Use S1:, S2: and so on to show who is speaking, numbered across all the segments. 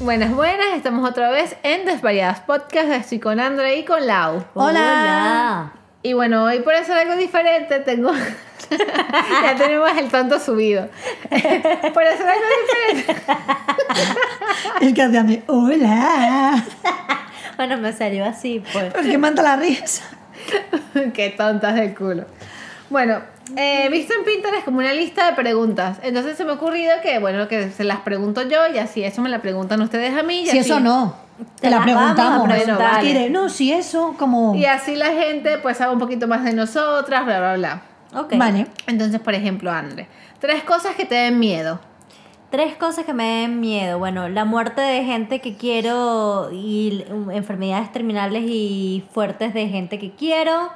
S1: Buenas, buenas, estamos otra vez en Desvariadas Podcast. Estoy con Andrea y con Lau.
S2: Hola.
S1: Y bueno, hoy por hacer algo diferente tengo. ya tenemos el tonto subido. por hacer algo diferente.
S2: El que me hola. Bueno, me salió así, pues.
S3: Porque manta la risa.
S1: Qué tontas del culo. Bueno, eh, visto en Pinterest como una lista de preguntas. Entonces se me ha ocurrido que, bueno, que se las pregunto yo y así eso me la preguntan ustedes a mí. Y
S3: Si
S1: así-
S3: eso no,
S2: Te
S3: te la
S2: las
S3: preguntamos.
S2: vamos a
S3: Bueno,
S2: preguntar.
S3: tire, no, si eso, como.
S1: Y así la gente pues sabe un poquito más de nosotras, bla, bla, bla.
S2: Ok.
S3: Vale.
S1: Entonces, por ejemplo, André, tres cosas que te den miedo.
S2: Tres cosas que me den miedo. Bueno, la muerte de gente que quiero y um, enfermedades terminales y fuertes de gente que quiero.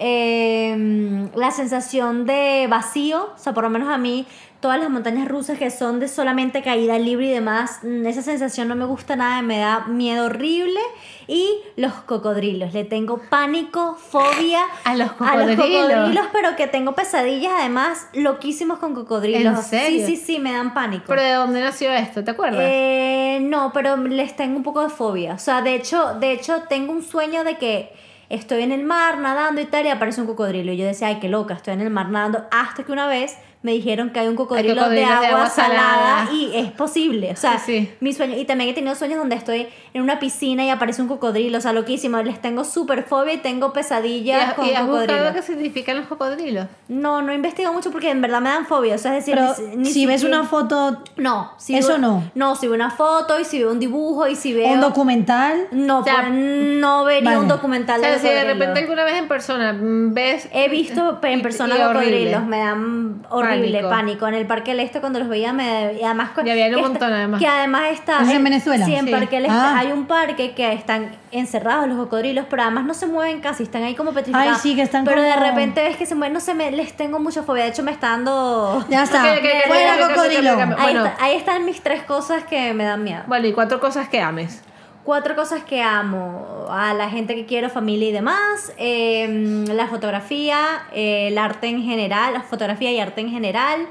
S2: Eh, la sensación de vacío, o sea, por lo menos a mí, todas las montañas rusas que son de solamente caída libre y demás, mm, esa sensación no me gusta nada, me da miedo horrible. Y los cocodrilos, le tengo pánico, fobia
S1: A los
S2: a los
S1: cocodrilos.
S2: cocodrilos, pero que tengo pesadillas además loquísimos con cocodrilos.
S1: ¿En serio?
S2: Sí, sí, sí, me dan pánico.
S1: Pero ¿de dónde nació esto? ¿Te acuerdas?
S2: Eh, no, pero les tengo un poco de fobia. O sea, de hecho, de hecho, tengo un sueño de que estoy en el mar nadando y tal, y aparece un cocodrilo. Y yo decía, ay, qué loca, estoy en el mar nadando. Hasta que una vez me dijeron que hay un cocodrilo,
S1: cocodrilo
S2: de, agua salada,
S1: salada.
S2: y es posible. O sea,
S1: Sí, sí.
S2: mi sueño. Y también he tenido sueños donde estoy en una piscina y aparece un cocodrilo. O sea, loquísimo. Les tengo súper fobia y tengo
S1: ¿Y
S2: pesadillas
S1: has,
S2: con
S1: y has buscado
S2: cocodrilos.
S1: qué significan los cocodrilos?
S2: No, no he investigado mucho porque en verdad me dan fobia. O sea, es decir,
S3: Pero
S2: ni- ni
S3: si ves
S2: siquiera-
S3: una foto,
S2: no, si
S3: Eso
S2: veo-
S3: no.
S2: No, si veo una foto y si veo un dibujo y si veo.
S3: un documental,
S2: no,
S1: O sea,
S2: pues, no vería
S3: vale.
S2: un documental
S1: O sea,
S2: de
S1: si de
S2: cocodrilos.
S1: repente alguna vez en persona mm, ves...
S2: He visto pe-
S1: Y-
S2: en persona
S1: y horrible.
S2: cocodrilos, me dan horrible
S1: Pánico.
S2: pánico. En el Parque del Este cuando los veía me y además co-
S1: Y había un
S2: que está-
S1: montón, además.
S2: Que además está
S3: ¿Eso Pues en Venezuela?
S2: Sí, en
S1: Sí.
S2: Parque del Este
S3: Ah.
S2: hay un parque que están encerrados los cocodrilos, pero además no se mueven casi, están ahí como petrificados.
S3: Ay, sí, que están
S2: Pero de
S3: como-
S2: repente ves que se mueven, no sé, me, les tengo mucha fobia, de hecho me está dando
S3: ya está.
S1: Ok, ok, ok,
S3: Fuera
S1: ok, ok, ok,
S3: cocodrilo.
S1: ok, ok, ok.
S2: Ahí,
S1: Bueno.
S2: está- ahí están mis tres cosas que me dan miedo.
S1: Bueno, y cuatro cosas que ames.
S2: Cuatro cosas que amo. A la gente que quiero, familia y demás. eh, la fotografía, eh, el arte en general, la fotografía y arte en general.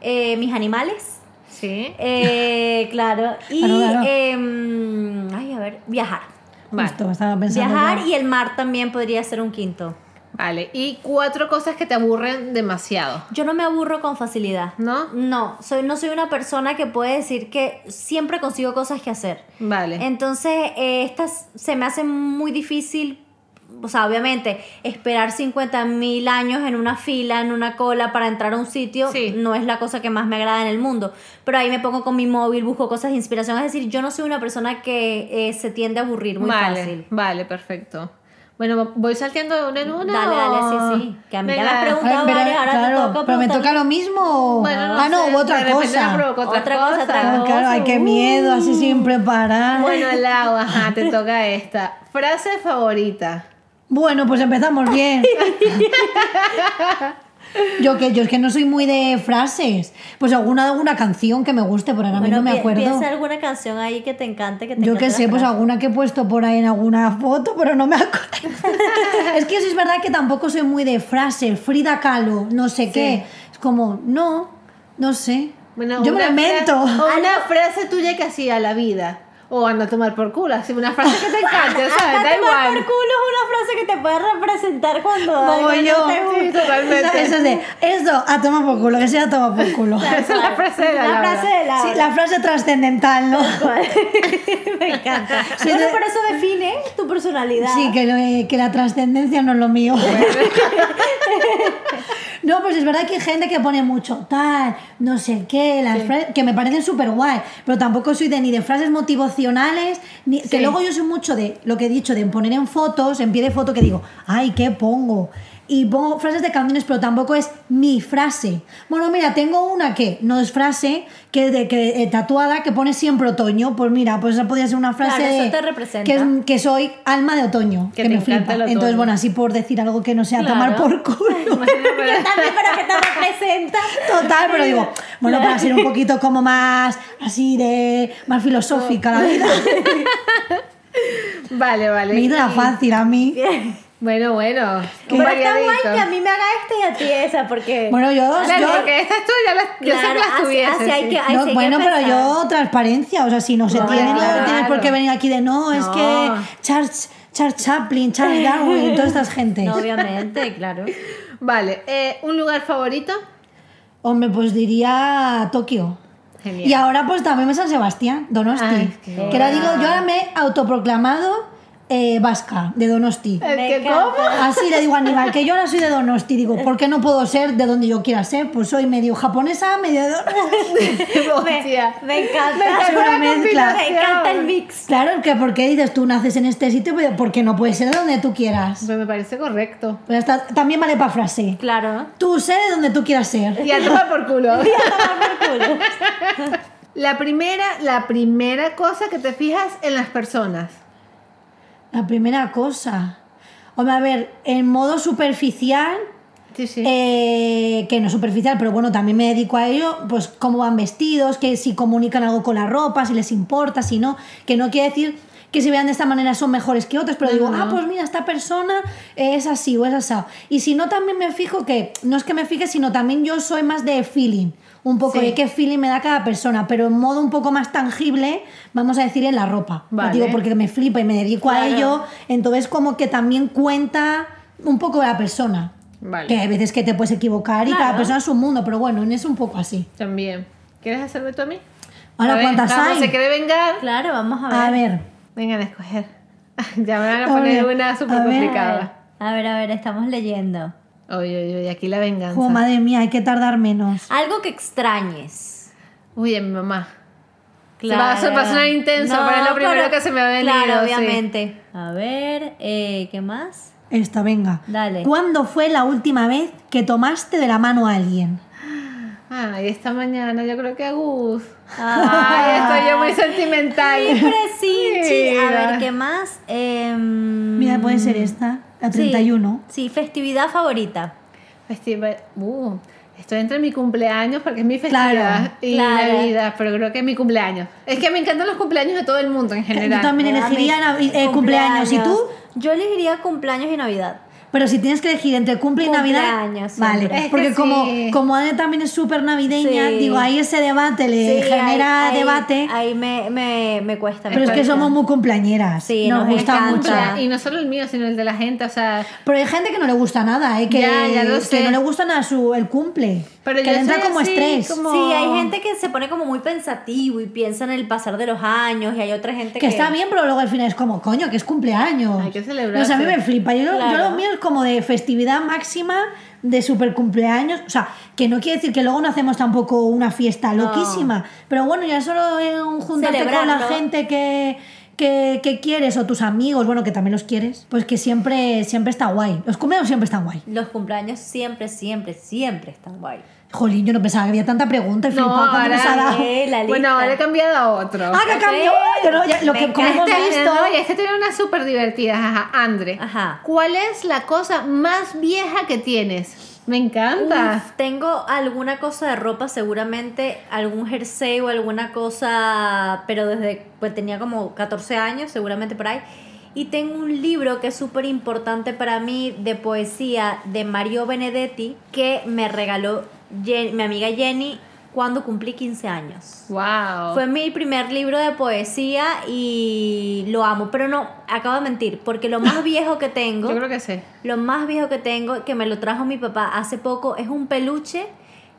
S2: eh, mis animales.
S1: ¿Sí?
S2: eh, claro. Y,
S3: Claro, claro.
S2: em, ay, a ver, viajar.
S1: Vale.
S3: Justo, estaba pensando.
S2: viajar
S3: yo.
S2: y el mar también podría ser un quinto.
S1: Vale. Y cuatro cosas que te aburren demasiado.
S2: Yo no me aburro con facilidad.
S1: ¿No?
S2: No, soy, no soy una persona que puede decir que siempre consigo cosas que hacer.
S1: Vale.
S2: Entonces, eh, estas se me hacen muy difícil. O sea, obviamente, esperar 50 mil años en una fila, en una cola para entrar a un sitio,
S1: Sí.
S2: no es la cosa que más me agrada en el mundo. Pero ahí me pongo con mi móvil, busco cosas de inspiración. Es decir, yo no soy una persona que eh, se tiende a aburrir muy
S1: vale.
S2: fácil.
S1: Vale, perfecto. Bueno, voy salteando de una en una.
S2: Dale,
S1: o-
S2: dale, sí, sí. Que a mí ya me has
S1: Venga.
S2: preguntado.
S3: Ah,
S2: varias, ahora te
S3: claro,
S2: toca
S3: pero me toca
S2: preguntarme.
S3: lo mismo.
S1: Bueno,
S3: ah, no,
S1: sé, de
S3: u otra
S1: repente me
S3: cosa.
S1: provoca otra,
S2: Otra cosa, otra
S3: Ah,
S2: cosa.
S3: claro, ay, qué miedo, así
S1: Uh.
S3: sin preparar.
S1: Bueno, Lau, ajá, te toca esta. Frase favorita.
S3: Bueno, pues empezamos bien. yo que yo es que no soy muy de frases. Pues alguna alguna canción que me guste, por ahora
S2: Bueno,
S3: no me
S2: pi-
S3: acuerdo.
S2: Piensa alguna canción ahí que te encante. Que te
S3: Yo
S2: encante
S3: qué
S2: la
S3: sé, pues
S2: frase.
S3: alguna que he puesto por ahí en alguna foto, pero no me acuerdo. es que yo sí es verdad que tampoco soy muy de frase, Frida Kahlo, no sé qué. Es como, no, no sé.
S1: Bueno,
S3: yo
S1: una
S3: me la invento.
S1: frase-
S2: Ah,
S1: o una frase tuya que hacía la vida. O anda a tomar por culo. Así una frase que te encanta, Ah, ¿sabes? Da
S2: Date mal
S1: igual.
S2: por culo es una frase que te puede representar cuando algo
S3: Como
S2: no
S3: yo.
S2: te gusta.
S1: Sí, totalmente.
S3: Esa- esa de, eso, a tomar por culo, que sea a tomar por culo.
S1: Esa es la frase de la,
S2: La
S1: Laura.
S2: frase de la.
S3: Sí, la frase trascendental, ¿no?
S2: Me encanta.
S3: Sí,
S2: bueno,
S3: de-
S2: pero eso define tu personalidad.
S3: Sí, que, lo- eh, que la trascendencia no es lo mío. no, pues es verdad que hay gente que pone mucho tal, no sé qué, las fra- que me parecen súper guay, pero tampoco soy de ni de frases motivacionales, ni,
S1: Sí.
S3: que luego yo soy mucho de lo que he dicho, de poner en fotos, en pie de foto, que digo, ay, ¿qué pongo? Y pongo frases de canciones, pero tampoco es mi frase. Bueno, mira, tengo una que no es frase, que de que eh, tatuada, que pone siempre otoño. Pues mira, pues esa podría ser una frase
S2: Claro, eso
S3: de-
S2: te representa.
S3: que es que soy alma de otoño,
S1: Que
S3: que,
S1: te
S3: me
S1: encanta
S3: flipa.
S1: el otoño.
S3: Entonces, bueno, así por decir algo que no sea
S1: Claro.
S3: tomar por culo.
S2: Que también, pero que te representa.
S3: Total, pero digo, bueno, para ser un poquito como más así de más filosófica la vida.
S1: Vale, vale.
S3: Me hizo la fácil a mí.
S1: Bueno, bueno. un
S2: Pero está guay
S1: variadito.
S2: que a mí me haga esta y a ti esa, porque.
S3: Bueno, yo.
S1: Claro,
S3: yo-
S1: porque esta tú ya las, yo sé que
S2: Claro,
S1: las
S2: así-
S1: tuviese.
S2: así hay
S1: sí.
S2: que-
S3: No,
S2: sí,
S3: bueno, pero
S2: pensar.
S3: yo transparencia, o sea, si no se
S1: No,
S3: tiene,
S1: claro.
S3: no tienes por qué venir aquí de no, es
S1: No.
S3: que Charles, Charles Chaplin, Charles Darwin, toda esta gente.
S2: No, obviamente, claro.
S1: Vale, eh, un lugar favorito.
S3: Hombre, pues diría Tokio.
S1: Genial.
S3: Y ahora pues también San Sebastián, Donosti.
S1: Ay, qué
S3: que ahora digo, yo ahora me he autoproclamado eh, vasca de Donosti.
S1: ¿El
S2: Me
S1: que
S2: encanta.
S1: coma?
S3: Así le digo a Aníbal, que yo ahora soy de Donosti. Digo, ¿por qué no puedo ser de donde yo quiera ser? Pues soy medio japonesa, medio de Donosti.
S1: Hostia.
S2: Me, me encanta.
S1: Me encanta
S3: una mezcla.
S2: Me encanta el mix.
S3: Claro, que porque dices, tú naces en este sitio, pero porque no puedes ser de donde tú quieras.
S1: Pues me parece correcto.
S3: Pero hasta- también vale para frase.
S2: Claro.
S3: Tú sé de donde tú quieras ser.
S1: Y a tomar por culo.
S2: Por culo.
S1: La primera, la primera cosa que te fijas en las personas.
S3: La primera cosa. Hombre, a ver, en modo superficial,
S1: Sí, sí.
S3: eh, que no superficial, pero bueno, también me dedico a ello, pues cómo van vestidos, que si comunican algo con la ropa, si les importa, si no, que no quiere decir que se vean de esta manera son mejores que otros, pero digo, ah, pues mira, esta persona es así o es asado. Y si no, también me fijo que, no es que me fije, sino también yo soy más de feeling, un poco
S1: Sí.
S3: de qué feeling me da cada persona, pero en modo un poco más tangible, vamos a decir, en la ropa. Ya
S1: Vale.
S3: Digo, porque me flipa y me dedico a
S1: Claro.
S3: ello, entonces como que también cuenta un poco la persona.
S1: Vale.
S3: Que hay veces que te puedes equivocar y
S2: Claro.
S3: cada persona es un mundo, pero bueno, es un poco así.
S1: También. ¿Quieres hacerme tú a mí?
S3: Ahora,
S1: A ver,
S3: ¿cuántas
S1: vamos,
S3: hay?
S1: ¿Se quiere vengar?
S2: Claro, vamos a ver.
S3: A ver,
S1: Vengan a escoger. ya me van a
S3: A
S1: poner
S3: ver,
S1: una súper
S3: a ver.
S1: complicada.
S2: A ver, a ver, estamos leyendo.
S1: Oye, oye, oye, aquí la venganza.
S3: jo, madre mía, hay que tardar menos.
S2: Algo que extrañes.
S1: Uy, a mi mamá. Va a ser- va a sonar intenso, pero es lo primero que se me ha venido,
S2: Claro,
S1: sí.
S2: obviamente. A ver, eh, ¿qué más?
S3: Esta, venga.
S2: Dale.
S3: ¿Cuándo fue la última vez que tomaste de la mano a alguien?
S1: Ah, y esta mañana yo creo que a Gus. Ay, estoy yo muy sentimental.
S2: Libre, sí, sí. A
S1: Mira.
S2: ver, ¿qué más? Em,
S3: Mira, puede ser esta, la 31.
S2: Mm, Sí, festividad favorita.
S1: Festival. Uh, estoy entre mi cumpleaños porque es mi festividad
S3: Claro,
S1: y
S2: claro.
S1: Navidad, pero creo que es mi cumpleaños. Es que me encantan los cumpleaños de todo el mundo en general.
S3: Yo también
S2: Me da
S3: elegiría
S2: mi-
S3: nav- eh, cumpleaños. ¿Y tú?
S2: Yo elegiría cumpleaños y Navidad.
S3: Pero si tienes que elegir entre cumple y Navidad,
S2: Cumpleaños, siempre.
S3: vale.
S1: Es que
S3: Porque como,
S1: sí.
S3: como Ade también es súper navideña,
S2: Sí.
S3: digo, ahí ese debate le
S2: Sí,
S3: genera
S2: ahí- ahí-
S3: debate.
S2: Ahí me, me, me cuesta. me
S3: pero es que
S2: cuesta.
S3: somos muy cumpleañeras.
S2: Sí,
S3: nos,
S2: nos
S3: gusta
S2: encanta.
S3: mucho.
S1: Cumplea- Y no solo el mío, sino el de la gente, o sea.
S3: Pero hay gente que no le gusta nada, ¿eh? que,
S1: Ya, ya lo
S3: que
S1: sé.
S3: no le gusta nada su, el cumple.
S1: Pero
S3: que
S1: yo
S3: le entra
S1: soy
S3: como
S1: así,
S3: estrés.
S1: como-
S2: Sí, hay gente que se pone como muy pensativo y piensa en el pasar de los años y hay otra gente
S3: Que
S2: que...
S3: está bien, pero luego al final es como, coño, que es cumpleaños.
S1: Hay que celebrar,
S3: No, o sea, a mí
S1: sí.
S3: me flipa. Yo, lo- yo
S2: Claro.
S3: lo mío es como de festividad máxima, de super cumpleaños. O sea, que no quiere decir que luego no hacemos tampoco una fiesta
S2: No.
S3: loquísima. Pero bueno, ya solo eh, un juntarte con la
S2: Celebrarlo.
S3: gente que, que, que quieres o tus amigos, bueno, que también los quieres, pues que siempre, siempre está guay. Los cumpleaños siempre están guay.
S2: Los cumpleaños siempre, siempre, siempre están guay.
S3: Jolín, yo no pensaba que había tanta pregunta. He
S1: No,
S3: flipado cuando nos ha
S1: ahora-
S3: dado.
S2: eh, la
S1: Bueno,
S2: lista.
S1: ahora he cambiado a otro.
S3: Ah, que cambió. Yo no- ya- lo
S2: Me
S3: que, como hemos
S1: Este-
S3: visto.
S1: no, y este tiene una súper divertida, ajá, Andre.
S2: Ajá.
S1: ¿Cuál es la cosa más vieja que tienes? Me encanta.
S2: Uf, tengo alguna cosa de ropa seguramente, algún jersey o alguna cosa, pero desde pues tenía como 14 años, seguramente por ahí. Y tengo un libro que es súper importante para mí de poesía de Mario Benedetti que me regaló Jen- mi amiga Jenny cuando cumplí 15 años.
S1: Wow.
S2: Fue mi primer libro de poesía y lo amo, pero no, acabo de mentir, porque lo más viejo que tengo...
S1: Yo creo que sé.
S2: Lo más viejo que tengo, que me lo trajo mi papá hace poco, es un peluche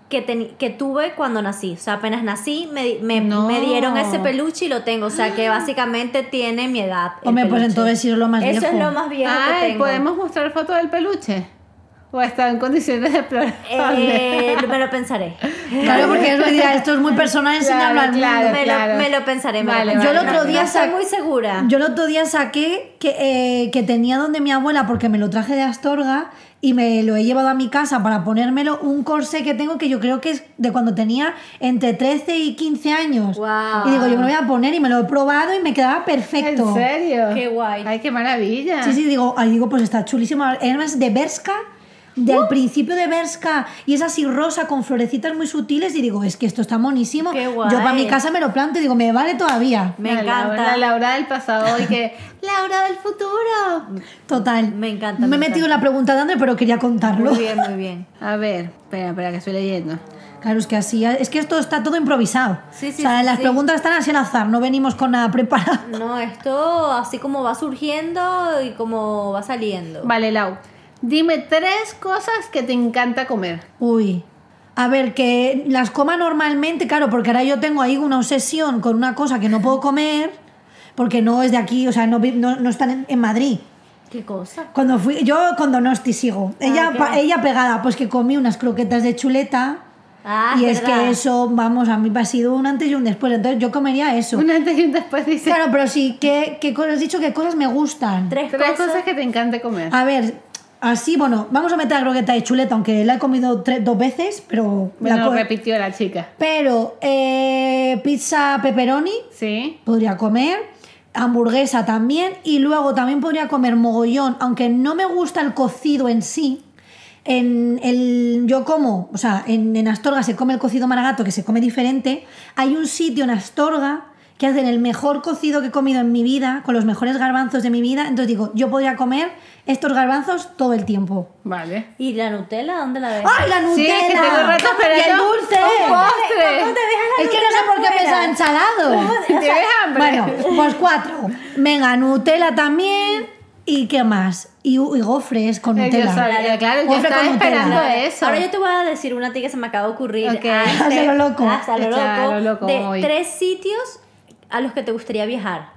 S2: que, teni- que tuve cuando nací. O sea, apenas nací, me, di- me,
S1: No.
S2: me dieron ese peluche y lo tengo. O sea, que básicamente tiene mi edad. el
S3: Hombre, pues
S2: peluche.
S3: entonces sí es lo más
S2: Eso
S3: viejo.
S2: es lo más viejo que
S1: Ay,
S2: tengo.
S1: ¿podemos mostrar foto del peluche? ¿O está en condiciones de explorar?
S2: Eh, me lo pensaré.
S3: Claro, porque es lo que dirá, esto es muy personal, enseñarlo al
S1: Claro,
S3: mundo.
S2: me,
S1: claro.
S2: Lo, me lo pensaré. me lo
S1: Vale,
S2: pensaré.
S3: Yo el otro
S2: No-
S3: día
S2: no estoy
S3: sac-
S2: muy segura.
S3: Yo el otro día saqué que, eh, que tenía donde mi abuela, porque me lo traje de Astorga y me lo he llevado a mi casa para ponérmelo, un corsé que tengo que yo creo que es de cuando tenía entre 13 y 15 años.
S2: Guau.
S3: Y digo, yo me lo voy a poner y me lo he probado y me quedaba perfecto.
S1: ¿En serio?
S2: Qué guay.
S1: Ay, qué maravilla.
S3: Sí, sí, digo, ay, digo, pues está chulísimo. Además de Berska, de
S2: Uh.
S3: al principio de Berska y es así rosa con florecitas muy sutiles y digo, es que esto está monísimo.
S2: Qué guay.
S3: Yo para mi casa me lo planto y digo, me vale todavía.
S2: Me
S1: La Laura-
S2: encanta.
S1: La Laura del pasado y que. Laura del futuro.
S3: Total.
S2: Me encanta,
S3: Me
S2: me
S3: he metido en la pregunta de André, pero quería contarlo.
S2: Muy bien, muy bien.
S1: A ver, espera, espera, que estoy leyendo.
S3: Claro, es que así, es que esto está todo improvisado.
S2: Sí, sí,
S3: o sea,
S2: sí,
S3: las
S2: sí.
S3: preguntas están así al azar, no venimos con nada preparado.
S2: No, esto así como va surgiendo y como va saliendo.
S1: Vale, Lau. Dime tres cosas que te encanta comer.
S3: Uy. A ver, que las coma normalmente, claro, porque ahora yo tengo ahí una obsesión con una cosa que no puedo comer, porque no es de aquí, o sea, no, vi- no, no están en, en Madrid.
S2: ¿Qué cosa?
S3: Cuando fui, yo con Donosti sigo. Ella,
S2: Ah, ok.
S3: pa- ella pegada, pues que comí unas croquetas de chuleta.
S2: Ah,
S3: y es
S2: verdad.
S3: que eso, vamos, a mí me ha sido un antes y un después. Entonces yo comería eso.
S1: Un antes y un después dice.
S3: Claro, pero sí, que, que has dicho que cosas me gustan.
S2: Tres,
S1: Tres
S2: cosas.
S1: cosas. que te encanta comer.
S3: A ver, así, bueno, vamos a meter la croqueta de chuleta, aunque la he comido tres- dos veces, pero...
S1: bueno,
S3: la co-
S1: repitió la chica.
S3: Pero eh, pizza pepperoni
S1: Sí.
S3: podría comer, hamburguesa también, y luego también podría comer mogollón, aunque no me gusta el cocido en sí. En el, yo como, o sea, en, en Astorga se come el cocido maragato, que se come diferente. Hay un sitio en Astorga que hacen el mejor cocido que he comido en mi vida, con los mejores garbanzos de mi vida. Entonces digo, yo podría comer estos garbanzos todo el tiempo.
S1: Vale.
S2: ¿Y la Nutella dónde la ves?
S3: ¡Ay, la Nutella!
S1: Sí, es que tengo rato
S3: ¡Y el
S1: esperando
S3: dulce!
S1: un postre.
S2: ¿Cómo te dejas la
S3: Es que no sé
S2: Nutella
S3: por qué
S2: fuera?
S3: pensaba ensalado.
S1: ¿Tienes hambre?
S3: Bueno, pues cuatro. Venga, Nutella también. ¿Y qué más? Y, y gofres con
S1: Eh, yo
S3: Nutella.
S1: sabía, claro, yo
S3: Gofre
S1: estaba
S3: con Nutella.
S1: esperando
S2: Ahora-
S1: eso.
S2: Ahora yo te voy a decir una tía que se me acaba de ocurrir.
S1: Ok.
S2: Ah,
S3: Hasta
S2: tres-
S3: lo loco.
S2: Hasta lo
S1: Hasta
S2: loco.
S1: lo loco
S2: de
S1: voy.
S2: tres sitios a los que te gustaría viajar.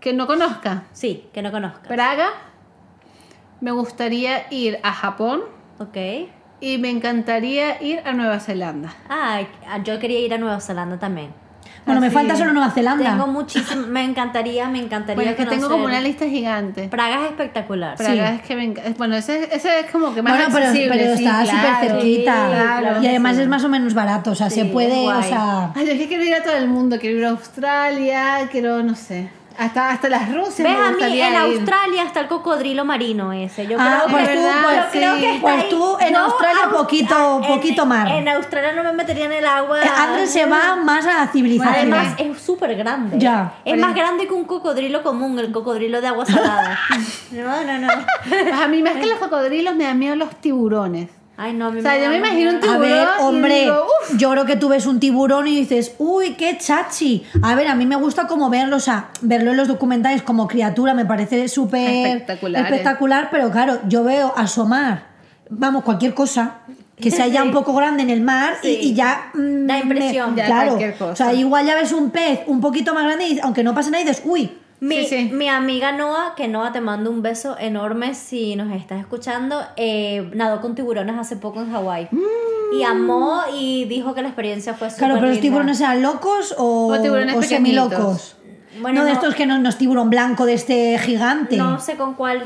S1: Que no conozca.
S2: Sí, que no conozcas.
S1: Praga. Me gustaría ir a Japón
S2: Ok.
S1: y me encantaría ir a Nueva Zelanda.
S2: Ah, yo quería ir a Nueva Zelanda también.
S3: Bueno, me
S1: Así.
S3: falta solo Nueva Zelanda.
S2: Tengo muchísimo. Me encantaría, me encantaría.
S1: Bueno, es que tengo
S2: conocer-
S1: como una lista gigante.
S2: Praga es espectacular.
S3: Pra-
S1: Praga
S3: Sí.
S1: es que me encanta. Bueno, ese, ese es como que más
S3: bueno, pero,
S1: accesible,
S3: pero
S1: sí,
S3: está súper
S1: claro.
S3: cerquita.
S1: Sí, claro
S3: y
S1: que
S3: además
S1: sí.
S3: es más o menos barato. O sea, se
S2: Sí, es
S3: puede, o
S2: guay.
S3: sea.
S1: Ay, yo es que quiero ir a todo el mundo, quiero ir a Australia, quiero, no sé, hasta, hasta las Rusias.
S2: ¿Ves?
S1: me
S2: A mí
S1: gustaría
S2: en
S1: ir.
S2: Australia está el cocodrilo marino ese. Yo
S3: Ah,
S2: creo que- este
S3: pues tú,
S1: ¿verdad?
S3: pues,
S1: Yo creo que
S3: sí.
S1: está
S3: Pues
S2: ahí-
S3: tú en
S2: yo
S3: Australia
S2: au-
S3: poquito,
S2: ah, en-
S3: poquito mar.
S2: En Australia no me metería en el agua.
S3: Eh, Andrés se va más a la civilización.
S2: Además, es súper grande.
S3: Ya.
S2: Es
S1: Pero-
S2: más grande que un cocodrilo común, el cocodrilo de agua salada. no, no, no.
S1: Pues a mí más que los cocodrilos me dan miedo los tiburones.
S2: Ay, no, a mí
S1: O sea, yo
S2: da
S1: me
S2: más
S1: imagino un
S2: miedo.
S3: A ver,
S1: tiburón y
S3: hombre,
S1: digo,
S3: yo creo que tú ves un tiburón y dices, uy, qué chachi. A ver, a mí me gusta como verlo, o sea, verlo en los documentales como criatura, me parece súper
S1: Espectacular, ¿eh?
S3: espectacular, pero claro, yo veo asomar, vamos, cualquier cosa que sea ya un poco grande en el mar y-
S2: Sí.
S3: y, ya... mm,
S2: Da impresión.
S1: Ya
S3: claro,
S1: cualquier cosa.
S3: o sea, igual ya ves un pez un poquito más grande y aunque no pase nada, dices, uy,
S2: Mi,
S1: Sí, sí.
S2: mi amiga Noah, que Noah te mando un beso enorme si nos estás escuchando, eh, nadó con tiburones hace poco en Hawái. Y amó y dijo que la experiencia fue súper
S3: Mm. claro, pero los
S2: linda.
S3: tiburones sean locos o,
S1: O tiburones
S3: o
S1: pequeñitos.
S3: semilocos.
S2: Bueno,
S3: no de
S2: no.
S3: estos que no, no es tiburón blanco de este gigante.
S2: No sé con cuál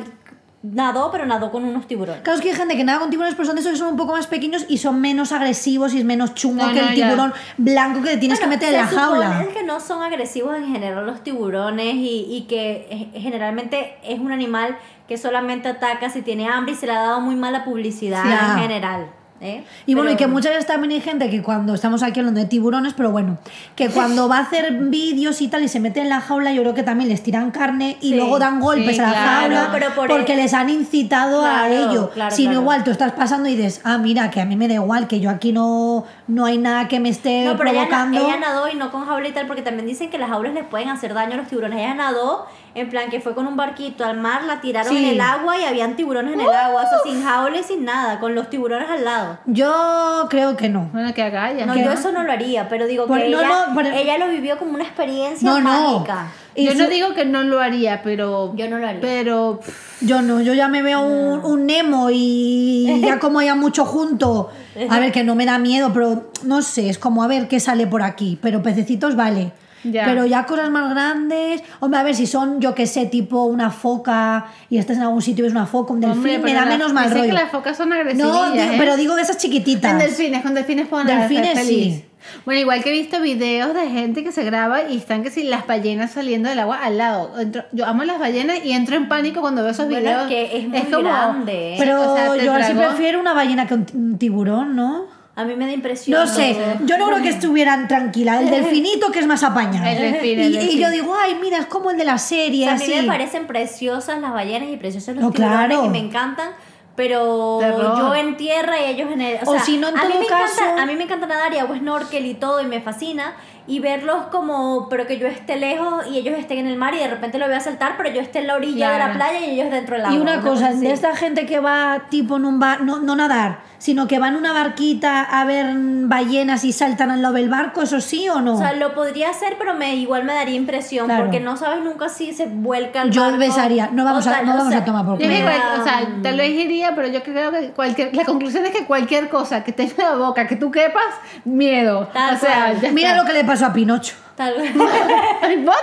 S2: nadó, pero nadó con unos tiburones.
S3: Claro, es que hay gente que nada con tiburones, pero son de esos que son un poco más pequeños y son menos agresivos y es menos chungo
S1: No,
S3: que
S1: no,
S3: el
S1: ya.
S3: tiburón blanco que te tienes que meter en la
S2: se supone
S3: jaula.
S2: que no son agresivos en general los tiburones y, y que eh, generalmente es un animal que solamente ataca si tiene hambre y se le ha dado muy mala publicidad
S3: Sí. Ya.
S2: en general. ¿eh?
S3: Y bueno, y que
S2: Pero-
S3: muchas veces también hay gente que cuando estamos aquí hablando de tiburones, pero bueno, que cuando va a hacer vídeos y tal y se mete en la jaula, yo creo que también les tiran carne y
S2: Sí,
S3: luego dan golpes
S1: sí,
S3: a la
S1: claro,
S3: jaula
S2: pero por
S3: porque
S2: el-
S3: les han incitado a
S2: Claro,
S3: ello.
S2: claro,
S3: si no,
S2: claro.
S3: igual tú estás pasando y dices, ah, mira, que a mí me da igual, que yo aquí no, no hay nada que me esté
S2: No, pero ella, na-
S3: provocando.
S2: ella nadó y no con jaula y tal, porque también dicen que las jaulas les pueden hacer daño a los tiburones. Ella nadó, en plan que fue con un barquito al mar, la tiraron
S3: Sí. ¡Uh!
S2: en el agua y habían tiburones en el agua, o sea, sin jaula y sin nada, con los tiburones al lado.
S3: Yo creo que no.
S1: bueno, que agallas.
S2: No,
S1: ¿no?
S2: yo eso no lo haría, pero digo
S3: Por-
S2: que
S3: no,
S2: ella,
S3: no, por-
S2: ella lo vivió como una experiencia
S3: No, no.
S2: mágica.
S3: Y
S1: Yo
S3: si-
S1: no digo que no lo haría, pero.
S2: Yo no lo haría.
S1: Pero. pff,
S3: Yo no, yo ya me veo un, un Nemo y ya como haya mucho junto. A ver, que no me da miedo, pero no sé, es como a ver qué sale por aquí. Pero pececitos vale.
S1: Ya.
S3: Pero ya cosas más grandes. Hombre, a ver si son, yo qué sé, tipo una foca y estás en algún sitio y es una foca, un delfín,
S1: hombre,
S3: me
S1: pero
S3: da
S1: la-
S3: menos mal
S1: dicen
S3: rollo.
S1: que las focas son ¿eh? agresivas.
S3: No, digo- pero digo de esas
S1: Con
S3: chiquititas.
S1: delfines, con delfines pueden hacer
S3: Delfines
S1: feliz.
S3: sí.
S1: Bueno, igual que he visto videos de gente que se graba y están que si las ballenas saliendo del agua al lado. Entro- yo amo las ballenas y entro en pánico cuando veo esos
S2: Bueno,
S1: videos.
S2: es que es muy grande, ¿eh?
S3: Pero
S1: o sea, te
S3: yo ahora sí
S1: tragó.
S3: prefiero una ballena que un, un tiburón, ¿no?
S2: A mí me da impresión.
S3: No sé, yo no creo que estuvieran tranquila. El delfinito que es más apañado.
S1: El delfín,
S3: y,
S1: el
S3: y
S1: delfín.
S3: yo digo, ay, mira, es como el de la
S2: O
S3: serie,
S2: sea, a mí
S3: así.
S2: me parecen preciosas las ballenas y preciosos los
S3: No,
S2: tiburones
S3: claro.
S2: y me encantan. Pero
S1: Terror.
S2: yo en tierra y ellos en el...
S3: O si no, en
S2: a mí
S3: todo
S2: me encanta-
S3: caso-
S2: a mí me encanta nadar y hago snorkel y todo y me fascina. Y verlos como... Pero que yo esté lejos y ellos estén en el mar y de repente lo voy a saltar, pero yo esté en la orilla de
S1: Claro.
S2: la playa y ellos dentro del agua.
S3: Y una cosa,
S2: así.
S3: de esta gente que va tipo en un bar, no, no nadar, sino que va en una barquita a ver ballenas y saltan al lado del barco, ¿eso sí o no?
S2: O sea, lo podría hacer, pero me igual me daría impresión
S3: Oh. Claro.
S2: porque no sabes nunca si se vuelca el
S3: Yo
S2: barco
S3: besaría. No vamos
S2: o
S3: a-
S2: tal,
S3: no
S2: o
S3: vamos
S2: sea,
S3: a tomar por
S1: Yo
S3: Me
S1: que
S3: culo.
S1: cual-
S2: da-
S1: o sea, tal vez iría, pero yo creo que cualquier, la conclusión es que cualquier cosa que tenga la boca, que tú quepas, miedo.
S2: Tal
S1: o sea,
S2: cual.
S1: ya
S3: Mira lo que le pasó a Pinocho.
S2: Tal vez.
S1: ¡Ay, bot!